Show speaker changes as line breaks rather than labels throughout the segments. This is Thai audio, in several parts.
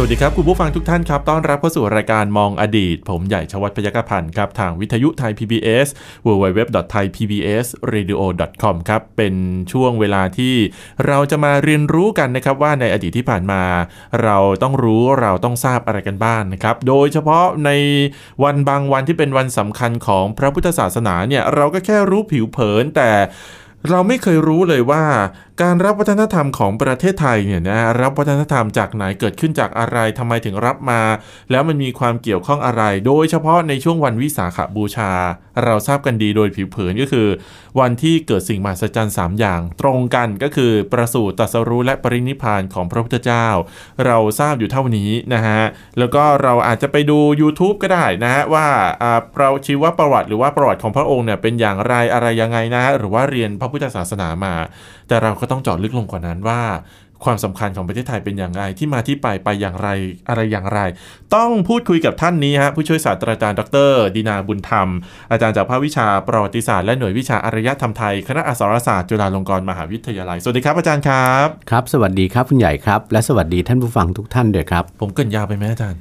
สวัสดีครับ คุณผู้ฟังทุกท่านครับ ต้อนรับเข้าสู่รายการมองอดีต ผมใหญ่ชวัฒน์พยกพันธ์ครับ ทางวิทยุไทย PBS www.thaipbsradio.com ครับ เป็นช่วงเวลาที่เราจะมาเรียนรู้กันนะครับ ว่าในอดีตที่ผ่านมา เราต้องรู้เราต้องทราบอะไรกันบ้างนะครับ โดยเฉพาะในวันบางวันที่เป็นวันสำคัญของพระพุทธศาสนาเนี่ยเราก็แค่รู้ผิวเผินแต่ เราไม่เคยรู้เลยว่า การรับวัฒนธรรมของประเทศไทยเนี่ยนะรับวัฒนธรรมจากไหนเกิดขึ้นจากอะไรทำไมถึงรับมา แล้วมันมีความเกี่ยวข้องอะไร โดยเฉพาะในช่วงวันวิสาขบูชา เราทราบกันดีโดยผิวเผินก็คือ วันที่เกิดสิ่งมหัศจรรย์สามอย่าง ตรงกันก็คือประสูติตรัสรู้และปรินิพพานของพระพุทธเจ้า เราทราบอยู่เท่านี้นะฮะแล้วก็เราอาจจะไปดู YouTube ก็ได้นะฮะว่าอ่าเราชีวประวัติหรือว่าประวัติของพระองค์เนี่ยเป็นอย่างไรอะไรยังไงนะฮะหรือว่าเรียนพระพุทธศาสนามา แต่เราก็ต้องเจาะลึกลงกว่านั้นว่า ความสำคัญของประเทศไทยเป็นอย่างไรที่มาที่ไปไปอย่างไรอะไรอย่างไร ต้องพูดคุยกับท่านนี้ฮะผู้ช่วยศาสตราจารย์ดรดินาบุญธรรม อาจารย์จากภาควิชาประวัติศาสตร์และหน่วยวิชาอารยธรรมไทยคณะอักษรศาสตร์จุฬาลงกรณ์มหาวิทยาลัยสวัสดีครับอาจารย์ครับ
ครับ สวัสดีครับคุณใหญ่ครับ และสวัสดีท่านผู้ฟังทุกท่านด้วยครับ
ผมเกรินยาวไปไหมอาจารย์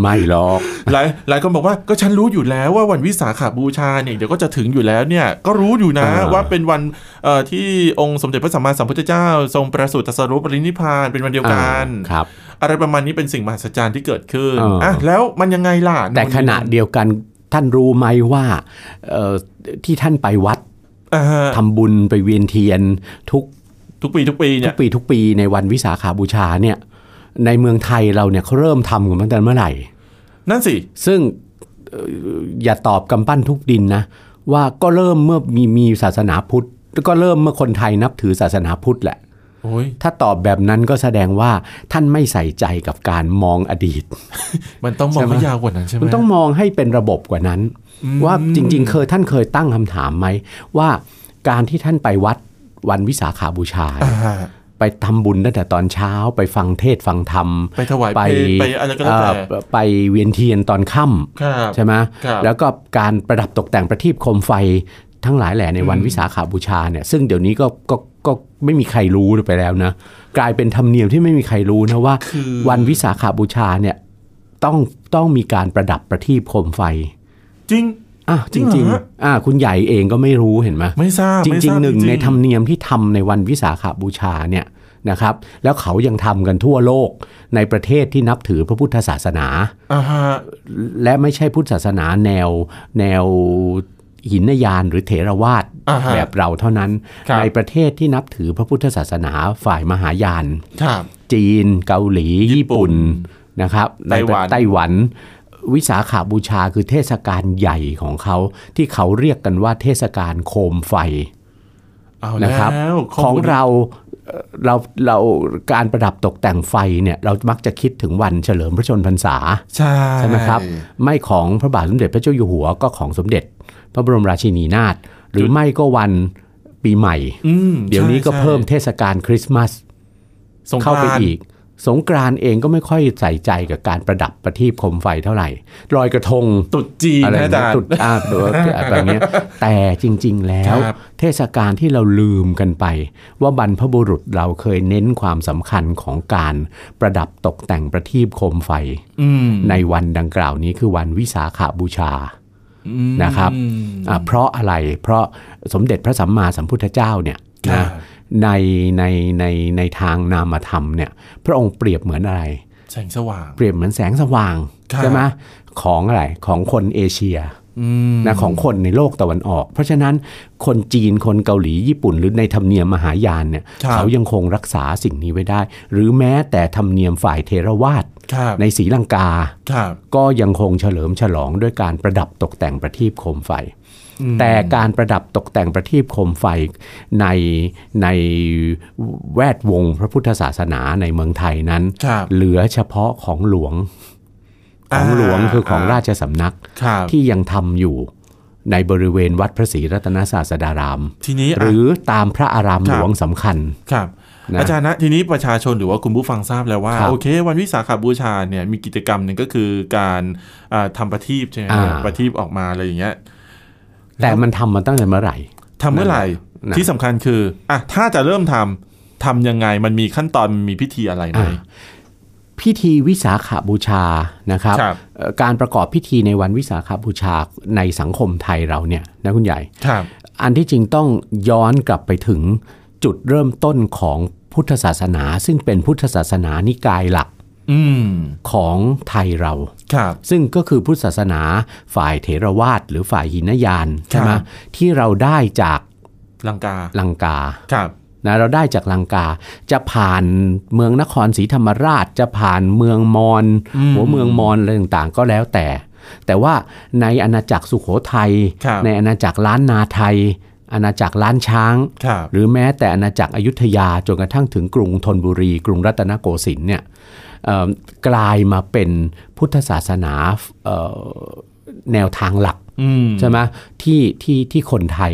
ไม่หรอก
หลายหลายคนบอกว่าก็ฉันรู้อยู่แล้วว่าวันวิสาขบูชาเนี่ยเดี๋ยวก็จะถึงอยู่แล้วเนี่ยก็รู้อยู่นะ
อ่า
ว่าเป็นวันเอ่อที่องค์สมเด็จพระสัมมาสัมพุทธเจ้า ทรงประสูติตรัสรู้ปรินิพพานเป็นวันเดียวกัน
อ่าครับ
อะไรประมาณนี้เป็นสิ่งมหัศจรรย์ที่เกิดขึ้น
อ่า
อ่ะแล้วมันยังไงล่ะ
แต่ขณะเดียวกันท่านรู้ไหมว่าเอ่อที่ท่านไปวัด
อ่าฮะ
ทำบุญไปเวียนเทียนทุก
ทุกปีทุกปี
ทุ
เนี่
ก
ย
ปีทุกปีในวันวิสาขาบูชาเนี่ยในเมืองไทยเราเนี่ยเขาเริ่มทำกันตั้งแต่เมื่อไหร่
นั่นสิ
ซึ่งเอ่ออย่าตอบกำปั้นทุกดินนะ ว่าก็เริ่มเมื่อมีมีศาสนาพุทธ ก็เริ่มเมื่อคนไทยนับถือศาสนาพุทธแหละ
โอ้ย
ถ้าตอบแบบนั้นก็แสดงว่าท่านไม่ใส่ใจกับการมองอดีต
มันต้องมอง
ใช่ไหม
ให้ยาวกว่านั้นใช่ไหม
มันต้องมองให้เป็นระบบกว่านั้น ว่าจริงๆ เคยท่านเคยตั้งคำถามไหม ว่าการที่ท่านไปวัดวันวิสาขาบูชา
อ่า
เนี่ย
ฮะ
ไปทำบุญตั้งแต่ตอนเช้า ไปฟังเทศน์ฟังธรรม
ไปถวายเพลงไปอะไรก็แล้วแต่
เอ่อไปเวียนเทียนตอนค่ำ
ครับ
ใช่ไหม
ครับ
แล้วก็การประดับตกแต่งประทีปโคมไฟทั้งหลายแหล่ในวันวิสาขาบูชาเนี่ย ซึ่งเดี๋ยวนี้ก็ก็ก็ไม่มีใครรู้ไปแล้วนะ กลายเป็นธรรมเนียมที่ไม่มีใครรู้นะว่า
คือ
วันวิสาขาบูชาเนี่ยต้องต้องมีการประดับประทีปโคมไฟ
จริง
อ้าวจ
จริ
ริ
ง
ง
เหรอฮะ
ๆอ่าคุณใหญ่เองก็ไม่รู้เห็นไหม
ไม่ทราบ
จ
ไม่
ริ
ทางบ
ๆหนึ่งใน
จๆ
ธรรมเนียมที่ทำในวันวิสาขาบูชาเนี่ยนะครับ แล้วเขายังทำกันทั่วโลกในประเทศที่นับถือพระพุทธศาสนา
อ่าฮะ
และไม่ใช่พุทธศาสนาแนวแนวหินยานหรือเถรวาท
อ่าฮะ
แบบเราเท่านั้น
ครับ
ในประเทศที่นับถือพระพุทธศาสนาฝ่ายมหายาน
ครับ
จีน เกาหลี
ญี่
ญี่
ปุ่
ปุ่
น
นนะครับ
ไต้หวัน
ใประเทศไต้หวัน วิสาขาบูชาคือเทศกาลใหญ่ของเขา ที่เขาเรียกกันว่าเทศกาลโคมไฟ
เอา
นะ
แล้
ครับ
วข้
ของ
มูล
เราเอ่อเราเราการประดับตกแต่งไฟเนี่ยเรามักจะคิดถึงวันเฉลิมพระชนมพรรษา
ใช่
ใช่ไหมครับไม่ของพระบาทสมเด็จพระเจ้าอยู่หัวก็ของสมเด็จ พระบรมราชินีนาถหรือไม่ก็วันปีใหม่
อืม
เดี๋ยวนี้ก็
ใช่
เพิ่มเทศกาลคริสต์มาส
สงกร
เข้าไป
นต์
อีก สงกรานต์เองก็ไม่ค่อยใส่ใจกับการประดับประทีปโคมไฟเท่าไหร่ลอยกระทง
ตรุดจีน
อะไร
นะอาจาร
นะ
ย์
จุดอาบแบบเนี้ยแต่จริง ๆ แล้ว
ครับ
เทศกาลที่เราลืมกันไป ว่าบรรพบุรุษเราเคยเน้นความสำคัญของการประดับตกแต่งประทีปโคมไฟ
อืม
ในวันดังกล่าวนี้คือวันวิสาขาบูชา นะครับ
อืม
อ่ะเพราะอะไรเพราะสมเด็จพระสัมมาสัมพุทธเจ้าเนี่ย
ครั
นะ
บ
ในในในในทางนามธรรมเนี่ยพระองค์เปรียบเหมือนอะไร
แสงสว่าง
เปรียบเหมือนแสงสว่าง
ครับ
ใช่ไหมของอะไรของคนเอเชีย
อืม
นะของคนในโลกตะวันออก เพราะฉะนั้นคนจีนคนเกาหลีญี่ปุ่น หรือในธรรมเนียมมหายานเนี่ย
ครับ
เขายังคงรักษาสิ่งนี้ไว้ได้ หรือแม้แต่ธรรมเนียมฝ่ายเทรวาส
ครับ
ในศรีลังกา
ครับ
ก็ยังคงเฉลิมฉลองด้วยการประดับตกแต่งประทีปโคมไฟ แต่การประดับตกแต่งประทีปโคมไฟในในแวดวงพระพุทธศาสนาในเมืองไทยนั้น
ครับ
เหลือเฉพาะของหลวงของหลวงคือของ
อ่า
ราชสำนัก
ครับ
ที่ยังทำอยู่ ในบริเวณวัดพระศรีรัตนศาสดาราม
ทีนี้
ห
อ่ะ
รือตามพระอาราม
ค
ห
รั
ล
บ
วงสำคัญ
ครับ
นะ
อาจารย์นะทีนี้ประชาชนหรือว่าคุณผู้ฟังทราบแล้วว่า
ครับ
โอเค วันวิสาขบูชาเนี่ยมีกิจกรรมหนึ่งก็คือการอ่าทำประทีปใช่ไหม
อ่า
ประทีปออกมาอะไรอย่างเงี้ย
แต่มันทำมาตั้งแต่เมื่อไหร่
ทำเมื่อไหร่
นั่นแหละ
ที่สำคัญคืออ่ะถ้าจะเริ่มทำทำยังไงมันมีขั้นตอนมันมีพิธีอะไรไหม
อ่าพิธีวิสาขบูชานะครับ
ครับ
เอ่อการประกอบพิธีในวันวิสาขบูชาในสังคมไทยเราเนี่ยนะคุณใหญ่
ครับ
อันที่จริงต้องย้อนกลับไปถึงจุดเริ่มต้นของพุทธศาสนา ซึ่งเป็นพุทธศาสนานิกายหลัก
อืม
ของไทยเรา
ครับ
ซึ่งก็คือพุทธศาสนาฝ่ายเถรวาทหรือฝ่ายหินยานใช่ไหม
ครับ
ที่เราได้จาก
ลังกา
ลังกา
ครับ
นะเราได้จากลังกาจะผ่านเมืองนครศรีธรรมราช จะผ่านเมืองมอญ
อืม
หัวเมืองมอญอะไรต่างๆก็แล้วแต่ แต่ว่าในอาณาจักรสุโขทัย
ครับ
ในอาณาจักรล้านนาไทย อาณาจักรล้านช้าง
ครับ
หรือแม้แต่อาณาจักรอยุธยาจนกระทั่งถึงกรุงธนบุรี กรุงรัตนโกสินทร์เนี่ยเอ่อกลายมาเป็นพุทธศาสนาเอ่อแนวทางหลัก
อืม
ใช่ไหมที่ที่ที่คนไทย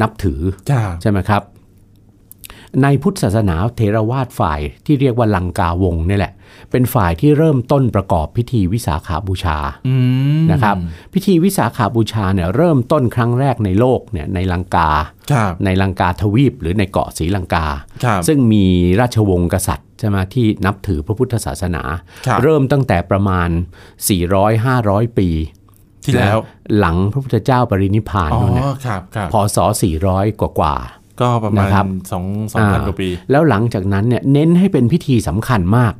นับถือ
ครับ
ใช่ไหมครับ ในพุทธศาสนาเทรวาทฝ่ายที่เรียกว่าลังกาวงศ์นี่แหละ เป็นฝ่ายที่เริ่มต้นประกอบพิธีวิสาขาบูชา
อืม
นะครับ พิธีวิสาขาบูชาเนี่ยเริ่มต้นครั้งแรกในโลกเนี่ยในลังกา
ครับ
ในลังกาทวีป หรือในเกาะศรีลังกา
ครับ
ซึ่งมีราชวงศ์กษัตริย์ใช่ไหมที่นับถือพระพุทธศาสนา
ครับ
เริ่มตั้งแต่ประมาณ 400-500 ปี
ที่แล้ว
หลังพระพุทธเจ้าปรินิพพาน
อ๋อ
นู่นเนี่ย
ครับครับ
พศ 400 กว่าๆ
ก็ประมาณ
นะครับ
สองสองพันกว่าปี
อ่แล้วหลังจากนั้นเนี่ยเน้นให้เป็นพิธีสำคัญมาก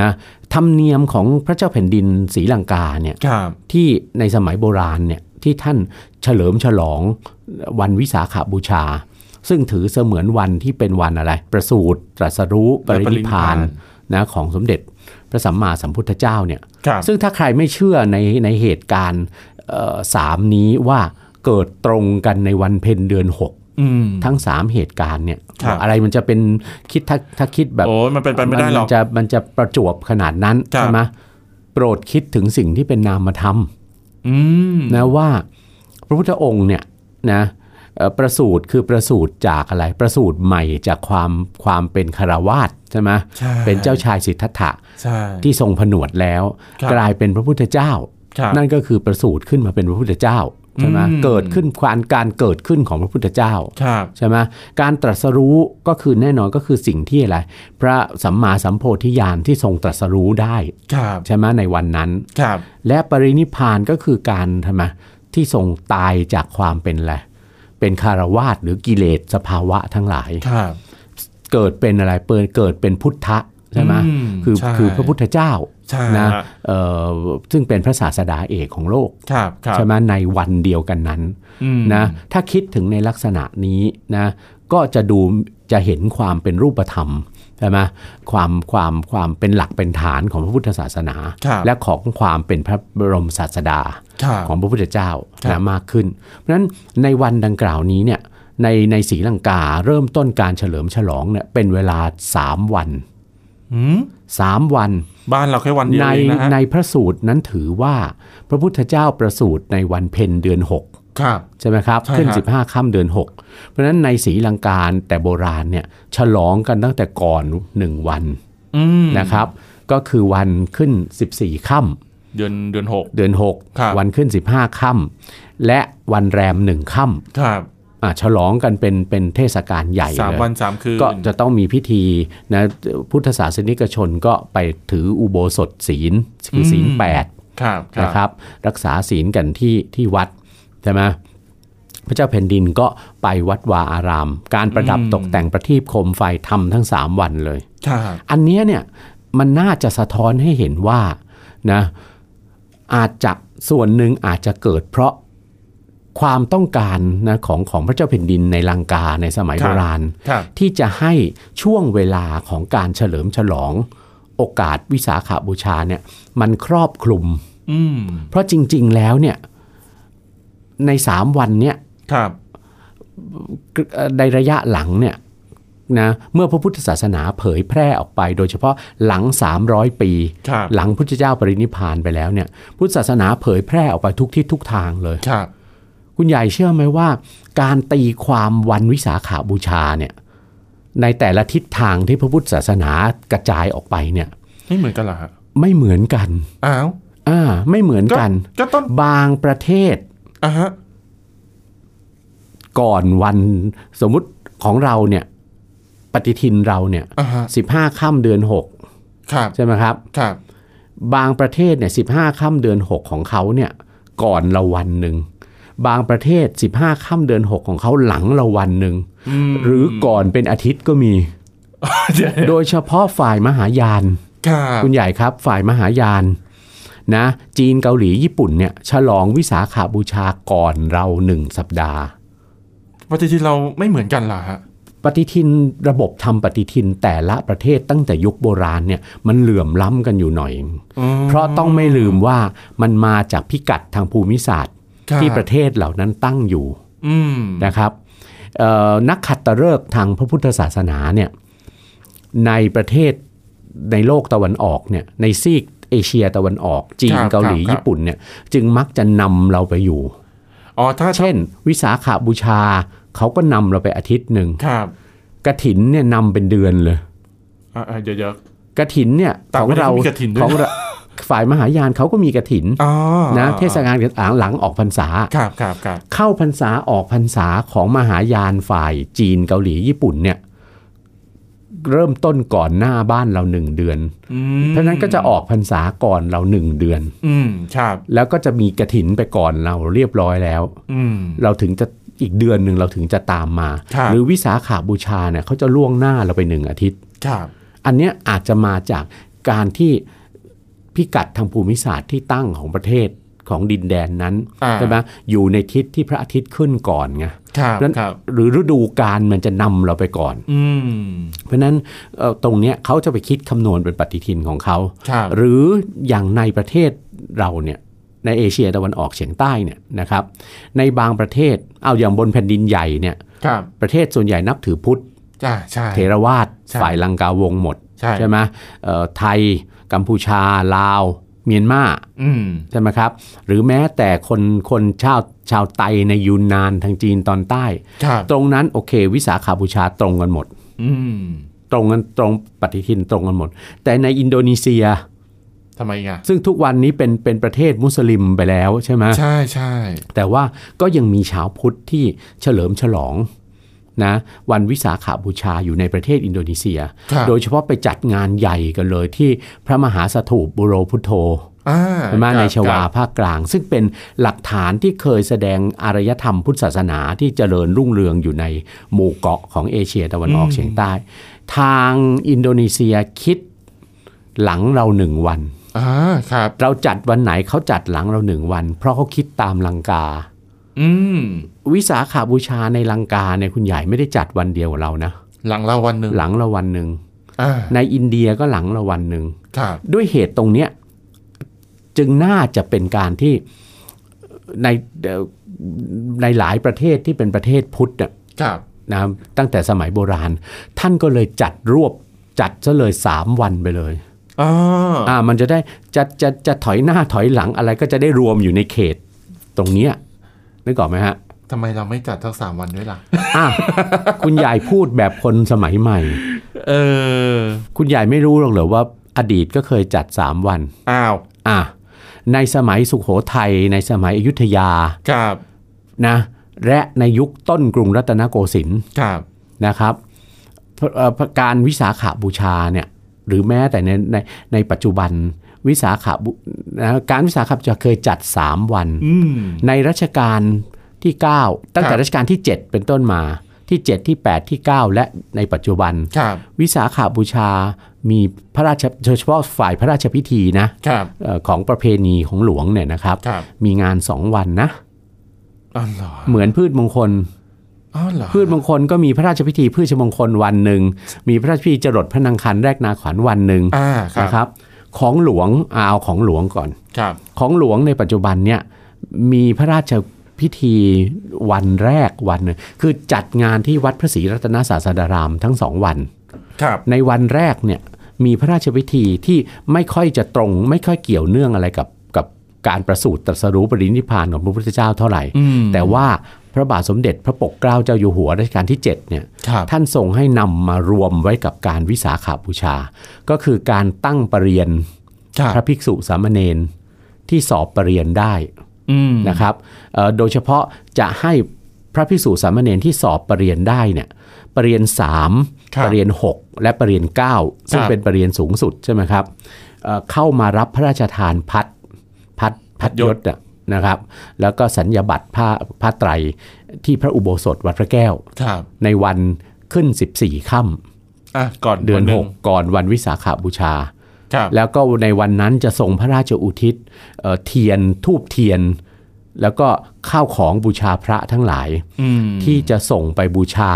นะธรรมเนียมของพระเจ้าแผ่นดินศรีลังกาเนี่ย
ครับ
ที่ในสมัยโบราณเนี่ยที่ท่านเฉลิมฉลองวันวิสาขบูชา ซึ่งถือเสมือนวันที่เป็นวันอะไร ประสูติตรัสรู้ปรินิพพาน
ปรินิพพ
นะของสมเด็จพระสัมมาสัมพุทธเจ้าเนี่ย
ครับ
ซึ่งถ้าใครไม่เชื่อในในเหตุการณ์เอ่อสามนี้ว่าเกิดตรงกันในวันเพ็ญเดือนหก
อืม
ทั้ง 3 เหตุการณ์เนี่ย
ครับ
อะไรมันจะเป็นคิดถ้าถ้าคิดแบบ
โอ้ยมันเป็นไปไม่ได้หรอก
นจะมันจะประจวบขนาดนั้น
ครับ
ใช่ไหมโปรดคิดถึงสิ่งที่เป็นนามธรรม
อืม
นะว่าพระพุทธองค์เนี่ยนะเอ่อประสูติคือประสูติจากอะไร ประสูติใหม่จากความความเป็นคารวาสใช่ไหม
ใช่
เป็นเจ้าชายสิทธัตถะ
ใช่
ที่ทรงผนวดแล้ว
ครับ
กลายเป็นพระพุทธเจ้า
ครับ
นั่นก็คือประสูติขึ้นมาเป็นพระพุทธเจ้าใช่ไหม
อืม
เกิดขึ้นความการเกิดขึ้นของพระพุทธเจ้า
ครับ
ใช่ไหมการตรัสรู้ก็คือแน่นอนก็คือสิ่งที่อะไร พระสัมมาสัมโพธิญาณที่ทรงตรัสรู้ได้
ครับ
ใช่ไหมในวันนั้น
ครับ
และปรินิพพานก็คือการทำไมที่ทรงตายจากความเป็นอะไรเป็นคารวาสหรือกิเลสสภาวะทั้งหลาย
ครับ
เกิดเป็นอะไรเปิดเกิดเป็นพุทธะใช่ไหม
อืม
คือ
ใช่
คือพระพุทธเจ้า
ใช่
นะ
ฮะ
เอ่อซึ่งเป็นพระศาสดาเอกของโลก
ครับ ครับ
ใช่ไหมในวันเดียวกันนั้น
อืม
นะถ้าคิดถึงในลักษณะนี้นะก็จะดูจะเห็นความเป็นรูปธรรมใช่ไหมความความความเป็นหลักเป็นฐานของพระพุทธศาสนา
ครับ
และของความเป็นพระบรมศาสดา
ครับ
ของพระพุทธเจ้า
ครับ
นะมากขึ้น เพราะฉะนั้นในวันดังกล่าวนี้เนี่ยในในศรีลังกาเริ่มต้นการเฉลิมฉลองเนี่ยเป็นเวลา 3 วัน
อืม
3 วัน
บ้านเราแค่วันเดียว
ใน
เองนะฮะ
ในพระสูตรนั้นถือว่าพระพุทธเจ้าประสูติในวันเพ็ญเดือน 6
ครับ
ใช่ไหมครับ
ใช่ครับ
ขึ้น 15 ค่ำเดือน 6 เพราะฉะนั้นในศรีลังกาแต่โบราณเนี่ยฉลองกันตั้งแต่ก่อน 1 วัน
อืม
นะครับ ก็คือวันขึ้น 14 ค่
เดือนเดือนหก
ำเดือน
ครับ
6 วันขึ้น 15 ค่ำและวันแรม 1 ค่
ครับ
ำอ่ะฉลองกันเป็นเป็นเทศกาลใหญ่
สาม
เลย
วันสามคืน
ก็จะต้องมีพิธีนะพุทธศาสนิกชนก็ไปถืออุโบสถศีลคือศีลแปด
ครับ ครับ
นะครับรักษาศีลกันที่ที่วัดใช่ไหมพระเจ้าแผ่นดินก็ไปวัดวาอาราม การประดับ
อืม
ตกแต่งประทีปโคมไฟทำทั้ง 3 วันเลย
ครับ
อันเนี้ยเนี่ยมันน่าจะสะท้อนให้เห็นว่านะอาจจะส่วนหนึ่งอาจจะเกิดเพราะความต้องการนะของของพระเจ้าแผ่นดินในลังกาในสมัย
ครั
โบบ ราณ
ครับ
ที่จะให้ช่วงเวลาของการเฉลิมฉลองโอกาสวิสาขาบูชาเนี่ยมันครอบคลุม
อืม
เพราะจริง ๆ แล้วเนี่ยใน 3 วันเนี่ย
ครับ
เอ่อในระยะหลังเนี่ยนะเมื่อพระพุทธศาสนาเผยแพร่ออกไป โดยเฉพาะหลัง 300 ปี
ครับ
หลังพุทธเจ้าปรินิพพานไปแล้วเนี่ยพุทธศาสนาเผยแพร่ออกไปทุกทิศทุกทางเลย
ครับ
คุณใหญ่เชื่อไหมว่า การตีความวันวิสาขาบูชาเนี่ยในแต่ละทิศทางที่พระพุทธศาสนากระจายออกไปเนี่ย
ไม่เหมือนกันเหรอฮะ
ไม่เหมือนกัน
อ้าว
อ่าไม่เหมือน
ก็
กัน
ก็ต้อง
บางประเทศ
อ่ะฮะ
ก่อนวันสมมุติของเราเนี่ยปฏิทินเราเนี่ย
อ่ะฮะ
สิบห้าค่ำเดือนหก
ครับ
ใช่ไหมครับ
ครับ
บางประเทศเนี่ยสิบห้าค่ำเดือนหกของเขาเนี่ยก่อนเราวันหนึ่ง บางประเทศ 15ค่ำเดือน 6 ของเขาหลังเราวันหนึ่ง
ม
หรือก่อนเป็นอาทิตย์ก็มี
เดี๋ยว
โดยเฉพาะฝ่ายมหายาน
ครับ
คุณใหญ่ครับฝ่ายมหายานนะจีนเกาหลีญี่ปุ่นเนี่ยฉลองวิสาขาบูชาก่อนเราหนึ่งสัปดาห์
ปฏิทินเราไม่เหมือนกันเหรอฮะ
ปฏิทินระบบทำปฏิทินแต่ละประเทศตั้งแต่ยุคโบราณเนี่ยมันเหลื่อมล้ำกันอยู่หน่อย
อืม
เพราะต้องไม่ลืมว่ามันมาจากพิกัดทางภูมิศาสตร์
ครับ
ที่ประเทศเหล่านั้นตั้งอยู่
อืม
นะครับเอ่อนักขัตฤกษ์ทางพระพุทธศาสนาเนี่ยในประเทศในโลกตะวันออกเนี่ยในซีกเอเชียตะวันออกจีนเกาหลีญี่ปุ่นเนี่ยจึงมักจะนำเราไปอยู่
อ๋อถ้า
เช่น วิสาขาบูชาเขาก็นำเราไปอาทิตย์หนึ่ง
ครับ
กระถินเนี่ยนำเป็นเดือนเลย
อ่ะอ่ะเดี๋ยวเดี๋ยว
กระถินเนี่ย
ต่าง
ของ
ประเทศ
เรา
ก็มีกฐินด้วย
ของเราฝ่ายมหายานเขาก็มีกระถิน
อ๋อ
นะเทศกาลหลังหลังออกพรรษา
ครับครับครับ
เข้าพรรษาออกพรรษาของมหายานฝ่ายจีนเกาหลีญี่ปุ่นเนี่ยเริ่มต้นก่อนหน้าบ้านเราหนึ่งเดือน
อืม
เพราะฉะนั้นก็จะออกพรรษาก่อนเราหนึ่งเดือน
อืมครับ
แล้วก็จะมีกระถินไปก่อนเราเรียบร้อยแล้ว
อืม
เราถึงจะอีกเดือนหนึ่งเราถึงจะตามมา
ครับ
หรือวิสาขาบูชาเนี่ยเขาจะล่วงหน้าเราไปหนึ่งอาทิตย์
ครับ
อันเนี้ยอาจจะมาจากการที่พิกัดทางภูมิศาสตร์ที่ตั้งของประเทศของดินแดนนั้น
อ่า
ใช่ไหมอยู่ในทิศที่พระอาทิตย์ขึ้นก่อนไง
ครับ
เพราะฉะนั้น
ครับ
หรือฤดูกาลมันจะนำเราไปก่อน
อืม
เพราะฉะนั้นเอ่อตรงเนี้ยเขาจะไปคิดคำนวณเป็นปฏิทินของเขา
ครับ
หรืออย่างในประเทศเราเนี่ยในเอเชียตะวันออกเฉียงใต้เนี่ยนะครับในบางประเทศเอาอย่างบนแผ่นดินใหญ่เนี่ย
ครับ
ประเทศส่วนใหญ่นับถือพุทธ
จ้าใช่
เทรวาส
ใช่
ฝ่ายลังกาวงศ์หมด
ใช่
ใช่ไหมเอ่อไทย กัมพูชา ลาว เมียนมา
อืม
ใช่ไหมครับหรือแม้แต่คนคนชาวชาวไตในยูนนานทางจีนตอนใต้
ครับ
ตรงนั้นโอเค วิสาขาบูชาตรงกันหมด
อืม
ตรงกันตรงปฏิทินตรงกันหมด แต่ในอินโดนีเซีย
ทำไมอ่ะ
ซึ่งทุกวันนี้เป็นเป็นประเทศมุสลิมไปแล้วใช่ไหม
ใช่ใช่
แต่ว่าก็ยังมีชาวพุทธที่เฉลิมฉลองนะวันวิสาขาบูชาอยู่ในประเทศอินโดนีเซีย
ครับ
โดยเฉพาะไปจัดงานใหญ่กันเลยที่พระมหาสถูปบุโรพุทโธ
อ่า
ใช่ไหม
ครับ
ในชวา
ครับ
ภาคกลาง ซึ่งเป็นหลักฐานที่เคยแสดงอารยธรรมพุทธศาสนาที่เจริญรุ่งเรืองอยู่ในหมู่เกาะของเอเชียตะวันออกเฉียงใต้ ทางอินโดนีเซียคิดหลังเราหนึ่งวัน
อ่าครับ
เราจัดวันไหนเขาจัดหลังเราหนึ่งวัน เพราะเขาคิดตามลังกา
อืม
วิสาขาบูชาในลังกาเนี่ยคุณใหญ่ไม่ได้จัดวันเดียวกับเรานะ
หลังเราวันหนึ่ง
หลังเราวันหนึ่ง
อ่า
ในอินเดียก็หลังเราวันหนึ่ง
ครับ
ด้วยเหตุตรงเนี้ยจึงน่าจะเป็นการที่ในเอ่อในหลายประเทศที่เป็นประเทศพุทธน่ะ
ครับ
นะตั้งแต่สมัยโบราณ ท่านก็เลยจัดรวบจัดซะเลยสามวันไปเลย
อ๋อ
อ่ามันจะได้จะจะจะถอยหน้าถอยหลังอะไรก็จะได้รวมอยู่ในเขต ตรงเนี้ยนึกออกไหมฮะ
ทำไมเราไม่จัดทั้งสามวันด้วยล่ะ
อ่ะ คุณยายพูดแบบคนสมัยใหม่
เออ
คุณยายไม่รู้หรอกเหรอว่าอดีตก็เคยจัด 3 วัน
อ้าว
อ่ะในสมัยสุขโขทัยในสมัยอยุธยา
ครับ
นะและในยุคต้นกรุงรัตนโกสินทร์
ครับ
นะครับเอ่อการวิสาขาบูชาเนี่ยหรือแม้แต่ในในในปัจจุบันวิสาขาบูนะการวิสาขาบูชาเคยจัด 3 วัน
อืม
ในรัชกาลที่ 9 ตั้งแต่
ครับ
รัชกาลที่ 7 เป็นต้นมาที่ 7 ที่ 8 ที่ 9 และในปัจจุบัน
ครับ
วิสาขาบูชามีพระราชโดยเฉพาะฝ่ายพระราชพิธีนะครับ เอ่อของประเพณีของหลวงเนี่ยนะครับ
ครับ
มีงาน 2 วันนะ
อ๋อเหรอ
เหมือนพืชมงคล
อ๋อเหรอ
พืชมงคลก็มีพระราชพิธีพืชมงคลวันหนึ่ง มีพระราชพิธีจรดพระนางคันแรกนาขวัญวันหนึ่ง
อ่า ครั
นะ
บ
ครับของหลวงเอาของหลวงก่อน
ครับ
ของหลวงในปัจจุบันเนี่ยมีพระราชพิธีวันแรกวันหนึ่งคือจัดงานที่วัดพระศรีรัตนศาสดารามทั้งสองวัน
ครับ
ในวันแรกเนี่ยมีพระราชพิธีที่ไม่ค่อยจะตรง ไม่ค่อยเกี่ยวเนื่องอะไรกับกับ การประสูติตรัสรู้ปรินิพพานของพระพุทธเจ้าเท่าไหร่
อืม
แต่ว่าพระบาทสมเด็จพระปกเกล้าเจ้าอยู่หัวรัชกาลที่ 7 เนี่ย
ครับ
ท่านทรงให้นำมารวมไว้กับการวิสาขาบูชา ก็คือการตั้งปรริยน
ครับ
พระภิกษุสามเณรที่สอบปรริยนได้
อืม
นะครับเอ่อโดยเฉพาะจะให้พระภิกษุสามเณรที่สอบปรริยนได้เนี่ยปรริยนสาม
ครับ
ปรริยนหกและปรริยนเก้าซึ่ง
ครับ
เป็นปรริยนสูงสุดใช่ไหมครับเอ่อเข้ามารับพระราชทานพัดพัดพัด
ย
ย
ศ
ศน่ะนะครับ แล้วก็สัญญาบัตรผ้าผ้าไตรที่พระอุโบสถวัดพระแก้ว
ครับ
ในวันขึ้น 14ค่
อ่ะก่อน
ำเดือน
วัหง
6 ก่อนวันวิสาขาบูชา
ครับ
แล้วก็ในวันนั้นจะส่งพระราชอุทิศเอ่อเทียนทูบเทียน แล้วก็ข้าวของบูชาพระทั้งหลาย
อืม
ที่จะส่งไปบูชา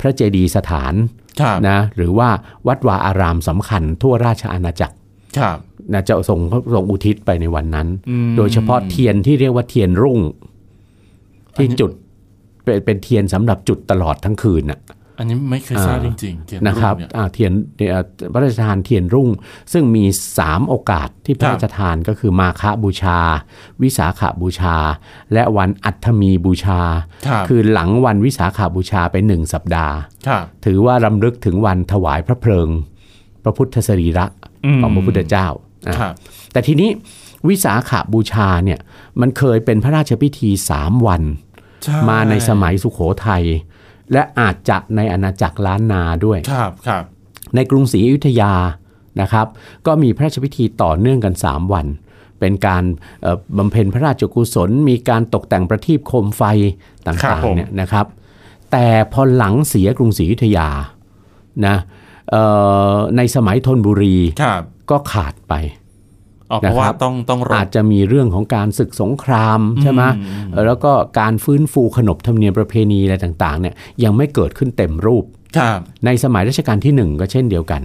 พระเจดีย์สถาน
ครับ
นะหรือว่าวัดวาอารามสำคัญทั่วราชอาณาจักร
ครับ
นะจะส่งส่งอุทิศไปในวันนั้น
อืม
โดยเฉพาะเทียนที่เรียกว่าเทียนรุ่ง ที่จุดเป็นเป็นเทียนสำหรับจุดตลอดทั้งคืนน่ะ
อันนี้ไม่เคยทราบจ
อ่า
ริงๆเทียน
นะครับ
เนี่ย
อ่าเทียนเอ่อพระราชทานเทียนรุ่ง ซึ่งมี 3 โอกาสที่พระ
ครับ
ราชทานก็คือมาฆบูชา วิสาขาบูชา และวันอัฏฐมีบูชา
ครับ
คือหลังวันวิสาขาบูชาไปหนึ่งสัปดาห์
ครับ
ถือว่ารำลึกถึงวันถวายพระเพลิง พระพุทธสรีระ
ม
ของพระพุทธเจ้าอ่ะ
ครับ
แต่ทีนี้วิสาขาบูชาเนี่ยมันเคยเป็นพระราชพิธี 3 วัน
ช่
มาในสมัยสุโขทัยและอาจจะในอาณาจักรล้านนาด้วย
ครับครับ
ในกรุงศรีอยุธยานะครับ ก็มีพระราชพิธีต่อเนื่องกัน 3 วัน เป็นการเอ่อบำเพ็ญพระราชกุศล มีการตกแต่งประทีปโคมไฟต่างๆเนี่ยนะครับ แต่พอหลังเสียกรุงศรีอยุธยานะเอ่อในสมัยธนบุรี
ครับ
ก็ขาดไป
อ๋อเพราะว่า
นะครับ
ต้องต้องรอ
อาจจะมีเรื่องของการศึกสงครามใช่ไหมเอ่อแล้วก็การฟื้นฟูขนบธรรมเนียมประเพณีอะไรต่างๆเนี่ยยังไม่เกิดขึ้นเต็มรูป
ครับ
ในสมัยรัชกาลที่ 1 ก็เช่นเดียวกัน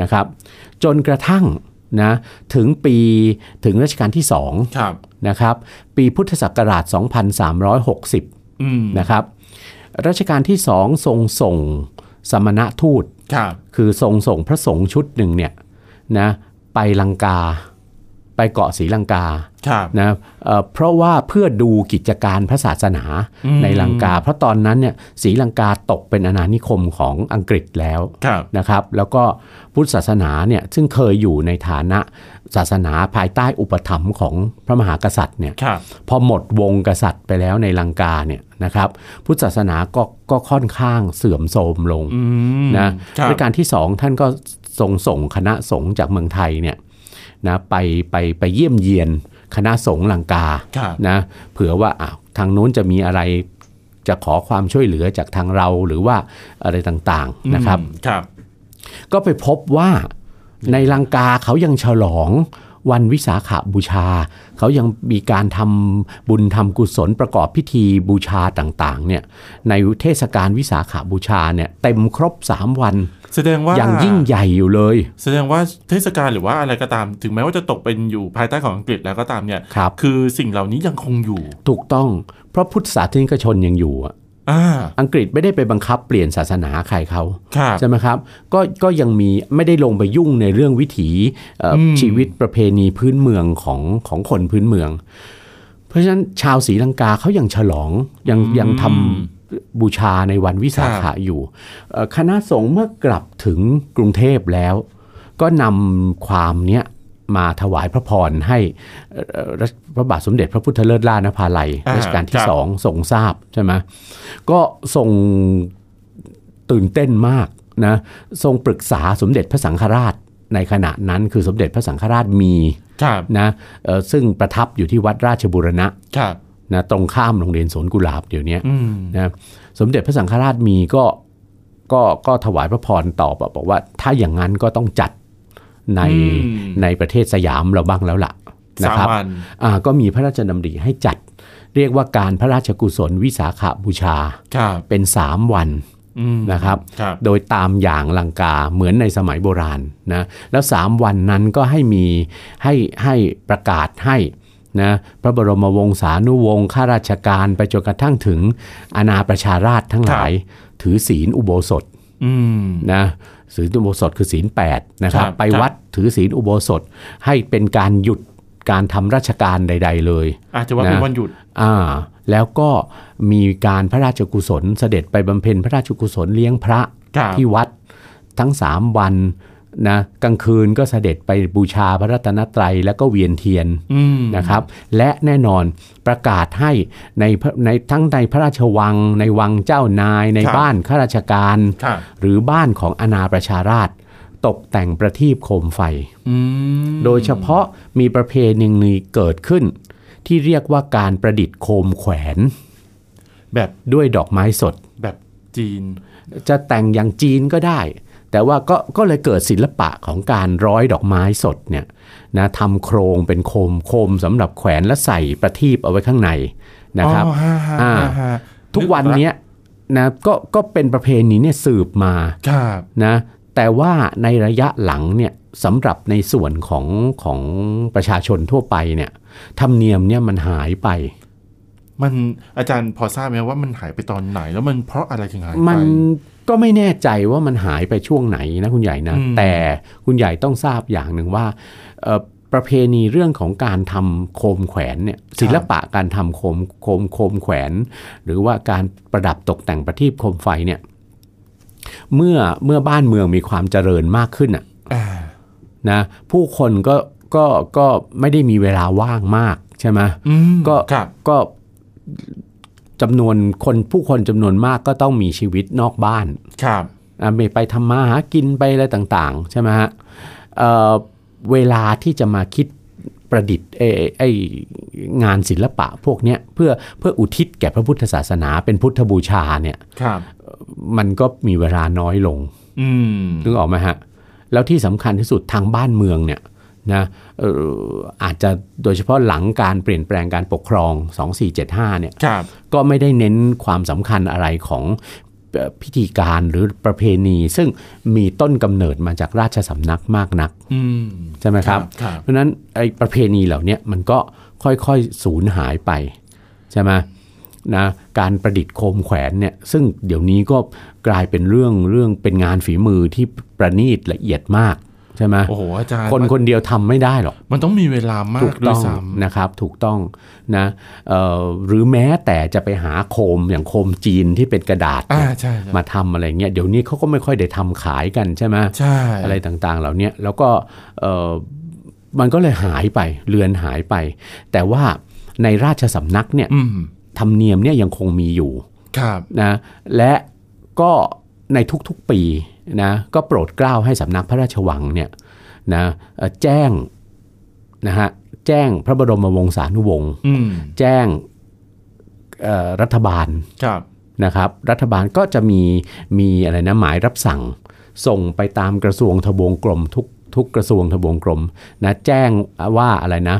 นะครับ จนกระทั่งนะถึงปีถึงรัชกาลที่
ครับ
2นะครับปีพุทธศักราช 2360
อืม
นะครับรัชกาลที่ 2 ทรงส่งสมณทูต
ครับ
คือทรงส่งพระสงฆ์ชุดหนึ่งเนี่ยนะไปลังกา ไปเกาะศรีลังกา
ครับ
นะเอ่อเพราะว่าเพื่อดูกิจการพระศาสนา
อืม
ในลังกา เพราะตอนนั้นเนี่ยศรีลังกาตกเป็นอาณานิคมของอังกฤษแล้ว
ครับ
นะครับ แล้วก็พุทธศาสนาเนี่ยซึ่งเคยอยู่ในฐานะศาสนาภายใต้อุปถัมภ์ของพระมหากษัตริย์เนี่ย
ครับ
พอหมดวงกษัตริย์ไปแล้วในลังกาเนี่ยนะครับ พุทธศาสนาก็ก็ค่อนข้างเสื่อมโทรมลง
อืม
นะครับ รัชกาลที่สองท่านก็ทรงส่งคณะสงฆ์จากเมืองไทยเนี่ยนะไปไปไปเยี่ยมเยียนคณะสงฆ์ลังกา
ครับ
นะเผื่อว่าอ้าวทางนู้นจะมีอะไรจะขอความช่วยเหลือจากทางเราหรือว่าอะไรต่างๆนะครับ
อืมครับ
ก็ไปพบว่าในลังกาเขายังฉลองวันวิสาขาบูชา เขายังมีการทำบุญทำกุศลประกอบพิธีบูชาต่างๆเนี่ยในเทศกาลวิสาขาบูชาเนี่ยเต็มครบ 3 วัน
แสดงว่า
อย่างยิ่งใหญ่อยู่เลย
แสดงว่าเทศกาลหรือว่าอะไรก็ตาม ถึงแม้ว่าจะตกเป็นอยู่ภายใต้ของอังกฤษแล้วก็ตามเนี่ย
ครับ
อสิ่งเหล่านี้ยังคงอยู่
ถูกต้อง เพราะพุทธศาสนิกชนยังอยู่อะ
อ่า
อังกฤษไม่ได้ไปบังคับเปลี่ยนศาสนาใครเขา
ครับ
ใช่ไหมครับ ก็ก็ยังมีไม่ได้ลงไปยุ่งในเรื่องวิถีเอ่ออ
ม
ชีวิตประเพณีพื้นเมืองของของคนพื้นเมือง เพราะฉะนั้นชาวศรีลังกาเขายังฉลองยังยังทำบูชาในวันวิสาขะอยู่เอ่อคณะสงฆ์เมื่อกลับถึงกรุงเทพแล้ว ก็นำความเนี้ยมาถวายพระพรให้เอ่อรัชพระบาทสมเด็จพระพุทธเลิศล่านภาลัย
อ่า
รัชกาล
ค
ที่
รับ
สองทรงทราบใช่ไหมก็ทรง ตื่นเต้นมากนะทรงปรึกษาสมเด็จพระสังฆราชในขณะนั้นคือสมเด็จพระสังฆราชมี
ครับ
นะเอ่อซึ่งประทับอยู่ที่วัดราชบุรณะ
ครับ
นะตรงข้ามโรงเรียนสวนกุหลาบเดี๋ยวนี้
อืม
นะสมเด็จพระสังฆราชมีก็ก็ก็ถวายพระพรตอบอะบอกว่าถ้าอย่างนั้นก็ต้องจัดใน
อืม
ในประเทศสยามเราบ้างแล้วล่ะนะ
สาม
ครับ
วัน
อ่าก็มีพระราชดำริให้จัด เรียกว่าการพระราชกุศลวิสาขบูชา
ครับ
เป็น 3 วัน
อืม
นะครับ
ครับ
โดยตามอย่างลังกาเหมือนในสมัยโบราณนะแล้ว 3 วันนั้นก็ให้มีให้ให้ประกาศให้นะพระบรมวงศานุวงศ์ข้าราชการไปจนกระทั่งถึงอาณาประชาราชทั้งหลาย ถือศีลอุโบสถ
อืม
นะศีลอุโบสถคือศีล8นะครับ
ครับ
ไป
ครับ
วัดถือศีลอุโบสถให้เป็นการหยุด การทำราชการใด ๆ เลย
อาจจะว่าเป็น
นะ
วันหยุด
อ่าแล้วก็มีการพระราชกุศลเสด็จไปบำเพ็ญพระราชกุศลเลี้ยงพระ
ครับ
ที่วัดทั้ง 3 วันนะกลางคืนก็เสด็จไปบูชาพระรัตนตรัยแล้วก็เวียนเทียน
อืม
นะครับ และแน่นอนประกาศให้ในพระในทั้งในพระราชวัง ในวังเจ้านายใน
ครับ
บ้านข้าราชการ
ค่ะ
หรือบ้านของอาณาประชาราชตกแต่งประทีปโคมไฟ
อืม
โดยเฉพาะมีประเพณีหนึ่งเกิดขึ้น ที่เรียกว่าการประดิษฐ์โคมแขวน
แบบ
ด้วยดอกไม้สด
แบบจีน
จะแต่งอย่างจีนก็ได้ แต่ว่าก็ก็เลยเกิดศิลปะของการร้อยดอกไม้สดเนี่ยนะทำโครงเป็นโคมโคมสำหรับแขวนและใส่ประทีปเอาไว้ข้างในนะครับ
อ๋อฮ่าฮ่าฮ่าฮ่า
ทุกวันเนี้ยนะก็ก็เป็นประเพณีเนี่ยสืบมา
ครับ
นะแต่ว่าในระยะหลังเนี่ยสำหรับในส่วนของของประชาชนทั่วไปเนี่ยธรรมเนียมเนี่ยมันหายไป
มันอาจารย์พอทราบไหมว่ามันหายไปตอนไหน แล้วมันเพราะอะไรถึงหายไป
มันก็ไม่แน่ใจว่ามันหายไปช่วงไหนนะคุณใหญ่นะ
อืม
แต่คุณใหญ่ต้องทราบอย่างหนึ่งว่าเอ่อประเพณีเรื่องของการทำโคมแขวนเนี่ยศิลปะการทำโคมโคมโคมแขวน หรือว่าการประดับตกแต่งประทีปโคมไฟเนี่ยเมื่อเมื่อบ้านเมืองมีความเจริญมากขึ้นอ่ะ
อ่า
นะผู้คนก็ก็ก็ไม่ได้มีเวลาว่างมากใช่ไหม
อืม
ก็
ครับ
ก็จำนวนคนผู้คนจำนวนมากก็ต้องมีชีวิตนอกบ้าน
ครับ
อ่ะไม่ไปทำมาหากินไปอะไรต่างๆ ใช่ไหมฮะเอ่อเวลาที่จะมาคิดประดิษฐ์ไอ้ไอ้งานศิลปะพวกเนี้ยเพื่อเพื่ออุทิศแก่พระพุทธศาสนาเป็นพุทธบูชาเนี่ย
ครับ
มันก็มีเวลาน้อยลง
อืม
นึกออกไหมฮะ แล้วที่สำคัญที่สุดทางบ้านเมืองเนี่ยนะเอ่ออาจจะโดยเฉพาะหลังการเปลี่ยนแปลงการปกครอง 2475เนี่ย
ครับ
ก็ไม่ได้เน้นความสำคัญอะไรของเอ่อพิธีการหรือประเพณี ซึ่งมีต้นกำเนิดมาจากราชสำนักมากนัก
อืม
ใช่ไหมครับ
ครับ
เพราะฉะนั้นไอ้ประเพณีเหล่าเนี้ยมันก็ค่อยๆสูญหายไปใช่ไหมนะการประดิษฐ์โคมแขวนเนี่ยซึ่งเดี๋ยวนี้ก็กลายเป็นเรื่องเรื่องเป็นงานฝีมือที่ประณีตละเอียดมากใช่ไหม
โอ้โหอาจารย์
คน
มั
คนเดียวทำไม่ได้หรอก
มันต้องมีเวลามา
ถู
ก
ก
ด้ว
ต้
ย
อง
ซ้ำ
นะครับถูกต้องนะเอ่อหรือแม้แต่จะไปหาโคมอย่างโคมจีนที่เป็นกระดาษ
อ่า
เนี่ย
ใช่ใช่
มาทำอะไรเงี้ยเดี๋ยวนี้เขาก็ไม่ค่อยได้ทำขายกันใช่ไหม
ใช่
อะไรต่างๆ เหล่าเนี้ยแล้วก็เอ่อมันก็เลยหายไปเลือนหายไป แต่ว่าในราชสำนักเนี่ย
อืม
ธรรมเนียมเนี่ยยังคงมีอยู่
ครับ
นะและก็ในทุกๆปีนะก็โปรดเกล้าให้สำนักพระราชวังเนี่ยนะเอ่อแจ้งนะฮะแจ้งพระบรมวงศานุวงศ์
อืม
แจ้งเอ่อรัฐบาล
ครับ
นะครับรัฐบาลก็จะมีมีอะไรนะหมายรับสั่ง ส่งไปตามกระทรวงทบวงกรมทุกทุกกระทรวงทบวงกรมนะแจ้งว่าอะไรนะ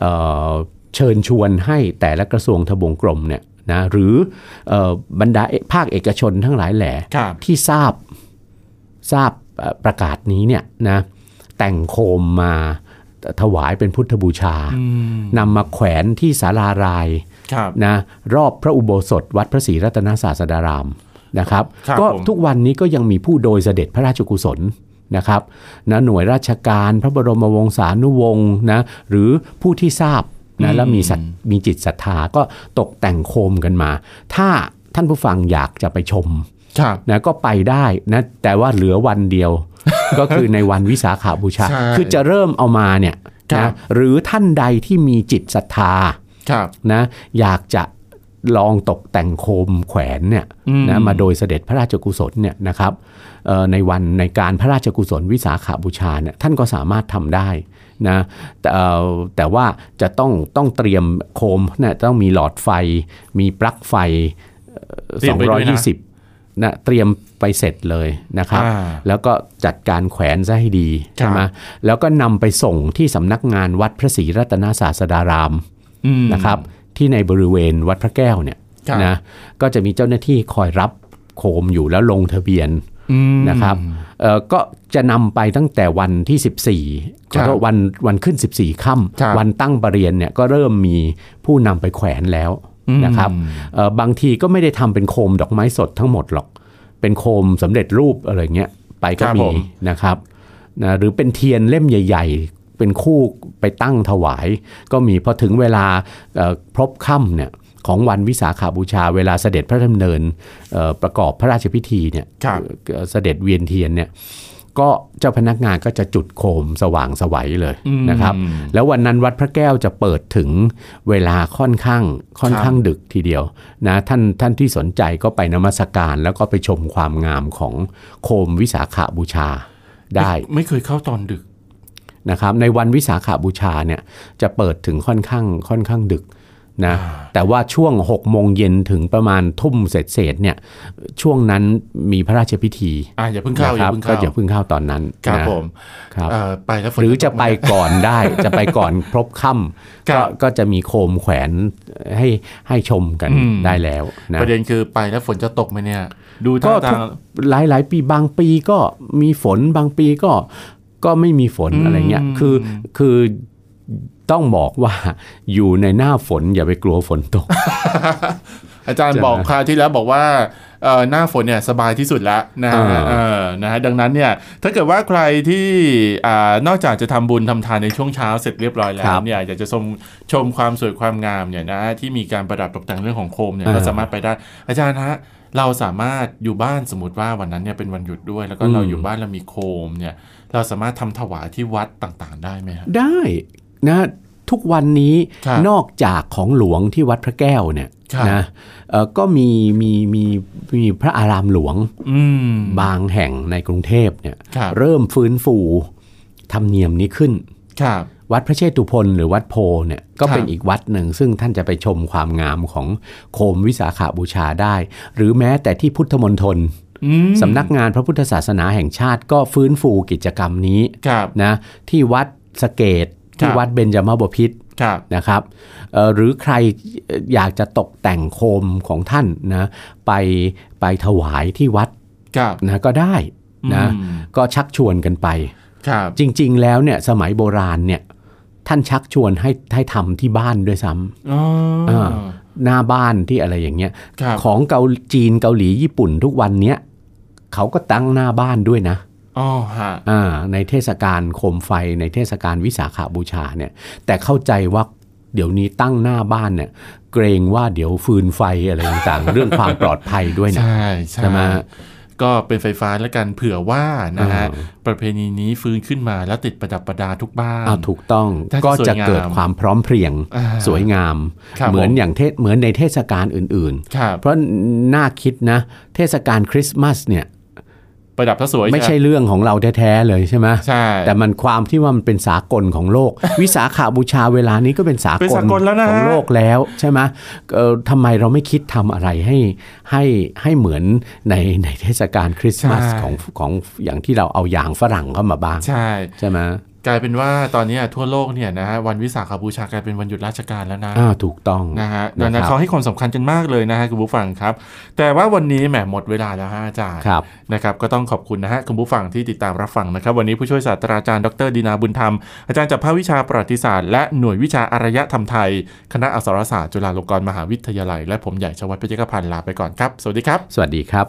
เอ่อเชิญชวนให้แต่ละกระทรวงทบวงกรมเนี่ยนะหรือเออบรรดาเอภาคเอกชนทั้งหลายแหล่
ครับ
ที่ทราบทราบเอ่อประกาศนี้เนี่ยนะแต่งโคมมาถวายเป็นพุทธบูชา
อืม
นำมาแขวนที่ศาลาราย
ครับ
นะรอบพระอุโบสถวัดพระศรีรัตนศาสดารามนะครับ
ครับ
ก็
ผม
ทุกวันนี้ก็ยังมีผู้โดยเสด็จพระราชกุศลนะครับนะหน่วยราชการพระบรมวงศานุวงศ์นะหรือผู้ที่ทราบนะและมีศรัทมีจิตศรัทธาก็ตกแต่งโคมกันมา ถ้าท่านผู้ฟังอยากจะไปชม
ครับ
นะก็ไปได้นะแต่ว่าเหลือวันเดี ยว ก็คือในวันวิสาขาบูชา
ใช่
คือจะเริ่มเอามาเนี่ย
ครั
นะ
บ
หรือท่านใดที่มีจิตศรัทธา
ครับ
นะอยากจะลองตกแต่งโคมแขวนเนี่ย
อืม
นะมาโดยเสด็จพระราชกุศลเนี่ยนะครับเอ่อในวันในการพระราชกุศลวิสาขาบูชาเนี่ยท่านก็สามารถทำได้นะแต่เอ่อแต่ว่าจะต้องต้องเตรียมโคมนะต้องมีหลอดไฟ มีปลั๊กไฟ
เตรียมไปด้วยนะ
220นะเตรียมไปเสร็จเลยนะครับ
อ่า
แล้วก็จัดการแขวนซะให้ดีใช่ไหม
ครับ
แล้วก็นำไปส่งที่สำนักงานวัดพระศรีรัตนศาสดาราม
อืม
นะครับที่ในบริเวณวัดพระแก้วเนี่ย
ครับ
นะก็จะมีเจ้าหน้าที่คอยรับโคมอยู่แล้วลงทะเบียน
อืม
นะครับเอ่อก็จะนำไปตั้งแต่วันที่ 14ขอ
ค
โท
รั
ษ
บ
วันวันขึ้น 14ค่
ครับ
ำวันตั้งประเรียนเนี่ยก็เริ่มมีผู้นำไปแขวนแล้ว
อืม
นะครับเอ่อบางทีก็ไม่ได้ทำเป็นโคมดอกไม้สดทั้งหมดหรอก เป็นโคมสำเร็จรูปอะไรเงี้ยไปก็มีนะครับนะหรือเป็นเทียนเล่มใหญ่ ๆ เป็นคู่ไปตั้งถวาย ก็มีพอถึงเวลาเอ่อพบค่ำเนี่ยของวันวิสาขาบูชาเวลาเสด็จพระดำเนินเอ่อประกอบพระราชพิธีเนี่ย
ครับ
เอ่อเสด็จเวียนเทียนเนี่ยก็เจ้าพนักงานก็จะจุดโคมสว่างสวัยเลยนะครับ แล้ววันนั้นวัดพระแก้วจะเปิดถึงเวลาค่อนข้างค่อนข้างดึกทีเดียวนะท่านท่านที่สนใจก็ไปนมัสการแล้วก็ไปชมความงามของโคมวิสาขาบูชาได้
ไม่เคยเข้าตอนดึก
นะครับในวันวิสาขาบูชาเนี่ยจะเปิดถึงค่อนข้างค่อนข้างดึกนะแต่ว่าช่วง6โมงเย็นถึงประมาณทุ่มเศษเศษๆเนี่ยช่วงนั้นมีพระราชพิธี
อ่าอย่าเพิ่งเข้า
นะ
อ
ครั
ย่า
บ
เพิ่ง
ก็
เข้า
อย่าเพิ่งเข้าตอนนั้น
ครับ
นะ
ผม
ครับ
เอ่อไปแล้วฝน
หรือจะ
ตก
ไป
หม
ก่อนได้ จะไปก่อน พบค่ำ
ครั
ก็
บ
ก็จะมีโคมแขวนให้ให้ชมกัน
อืม
ได้แล้วนะ
ประเด็นคือไปแล้วฝนจะตกไหมเนี่ย ดู
ก็
ท่า
ทุ
ทาง
กหลายหลายๆ ปีบางปีก็มีฝนบางปีก็ก็ไม่มีฝน
อืม
อะไรเงี้ยคือคือต้องบอกว่าอยู่ในหน้าฝนอย่าไปกลัวฝนตก
อาจารย์
จะ
บอกคราวที่แล้วบอกว่าเอ่อหน้าฝนเนี่ยสบายที่สุดแล้วนะฮะ
อ่า
เออนะฮะดังนั้นเนี่ยถ้าเกิดว่าใครที่อ่านอกจากจะทำบุญทำทานในช่วงเช้าเสร็จเรียบร้อยแล้
ครั
ว
บ
เนี่ยอยากจะชมชมความสวยความงามเนี่ยนะที่มีการประดับตกแต่งเรื่องของโคมเนี่ย
อ่า
ก็สามารถไปได้ อาจารย์ฮะเราสามารถอยู่บ้านสมมติว่าวันนั้นเนี่ยเป็นวันหยุดด้วย แล้วก็เราอยู่บ้านเรามีโคมเนี่ยเราสามารถทำถวายที่วัดต่างๆ ได้ไหมฮะ
ได้นะทุกวันนี้
ครับ
นอกจากของหลวงที่วัดพระแก้วเนี่ย
ครับ
นะเอ่อก็มีมีมีมีพระอารามหลวง
อืม
บางแห่งในกรุงเทพเนี่ย
ครับ
เริ่มฟื้นฟูธรรมเนียมนี้ขึ้น
ครับ
วัดพระเชตุพนหรือวัดโพเนี่ยก็
ครับ
เป็นอีกวัดหนึ่ง ซึ่งท่านจะไปชมความงามของโคมวิสาขาบูชาได้ หรือแม้แต่ที่พุทธมณฑล
อืม
สำนักงานพระพุทธศาสนาแห่งชาติก็ฟื้นฟูกิจกรรมนี้
ครับ
นะที่วัดสเกตที่
ครับ
วัดเบญจมบพิตร
ครับ
นะครับเอ่อหรือใครอยากจะตกแต่งโคมของท่านนะไปไปถวายที่วัด
ครับ
นะก็ได้นะ
อืม
ก็ชักชวนกันไป
ครับ
จริงๆ แล้วเนี่ยสมัยโบราณเนี่ยท่านชักชวนให้ให้ทำที่บ้านด้วยซ้
อ๋อ
ำ
อ
อ่าหน้าบ้านที่อะไรอย่างเงี้ย
ครับ
ของเกาจีนเกาหลีญี่ปุ่นทุกวันเนี้ยเขาก็ตั้งหน้าบ้านด้วยนะ
อ๋อฮะ
อ่าในเทศกาลโคมไฟในเทศกาลวิสาขาบูชาเนี่ยแต่เข้าใจว่าเดี๋ยวนี้ตั้งหน้าบ้านเนี่ยเกรงว่าเดี๋ยวฟืนไฟอะไรต่างๆ เรื่องความปลอดภัยด้วยนะ
ใช่ใช่
ใช่ไหม
ก็เป็นไฟฟ้าแล้วกันเผื่อว่านะฮะ
อ่า
ประเพณีนี้ฟื้นขึ้นมาแล้วติดประดับประดาทุกบ้าน
อ่าถูกต้อง
น่าจะ
ก็
สว
จะ
ยงาม
เกิดความพร้อมเพรียง
อ่า
สวยงาม
ครับ
เหมือน
ผม
อย่างเทศเหมือนในเทศกาลอื่น ๆ
ครับ
เพราะน่าคิดนะ เทศกาลคริสต์มาสเนี่ย
ประดับถ้าสวย
ไม่ใช่เรื่องของเราแท้ๆเลยใช่ไหม
ใช่
แต่มันความที่ว่ามันเป็นสากลของ โลก วิสาขาบูชาเวลานี้ก็เป็นสา
เป็น
กล
สากลแล้วนะ
ของ
ฮะ
โลกแล้วใช่ไหมเอ่อทำไมเราไม่คิดทำอะไรให้ให้ให้เหมือนในในเทศกาลคริสต์มาส
ใช่
ของของอย่างที่เราเอาอย่างฝรั่งเข้ามาบ้าง
ใช่
ใช่ไหม
กลายเป็นว่าตอนเนี้ยทั่วโลกเนี่ยนะฮะวันวิสาขบูชากลายเป็นวันหยุดราชการแล้วนะ
อ่าถูกต้อง
นะฮะดังนั้น
นะครับ
เขาให้ความสำคัญกันมากเลยนะฮะคุณผู้ฟังครับ แต่ว่าวันนี้แหมหมดเวลาแล้วฮะอาจารย์
ครับ
นะครับก็ต้องขอบคุณนะฮะคุณผู้ฟังที่ติดตามรับฟังนะครับ วันนี้ผู้ช่วยศาสตราจารย์ดรดินาบุญธรรม อาจารย์จากภาควิชาประวัติศาสตร์และหน่วยวิชาอารยธรรมไทย คณะอักษรศาสตร์จุฬาลงกรณ์มหาวิทยาลัย และผมใหญ่ชวัฒน์เพชรกพันธ์ลาไปก่อนครับ สวัสดีครับ
สวัสดีครับ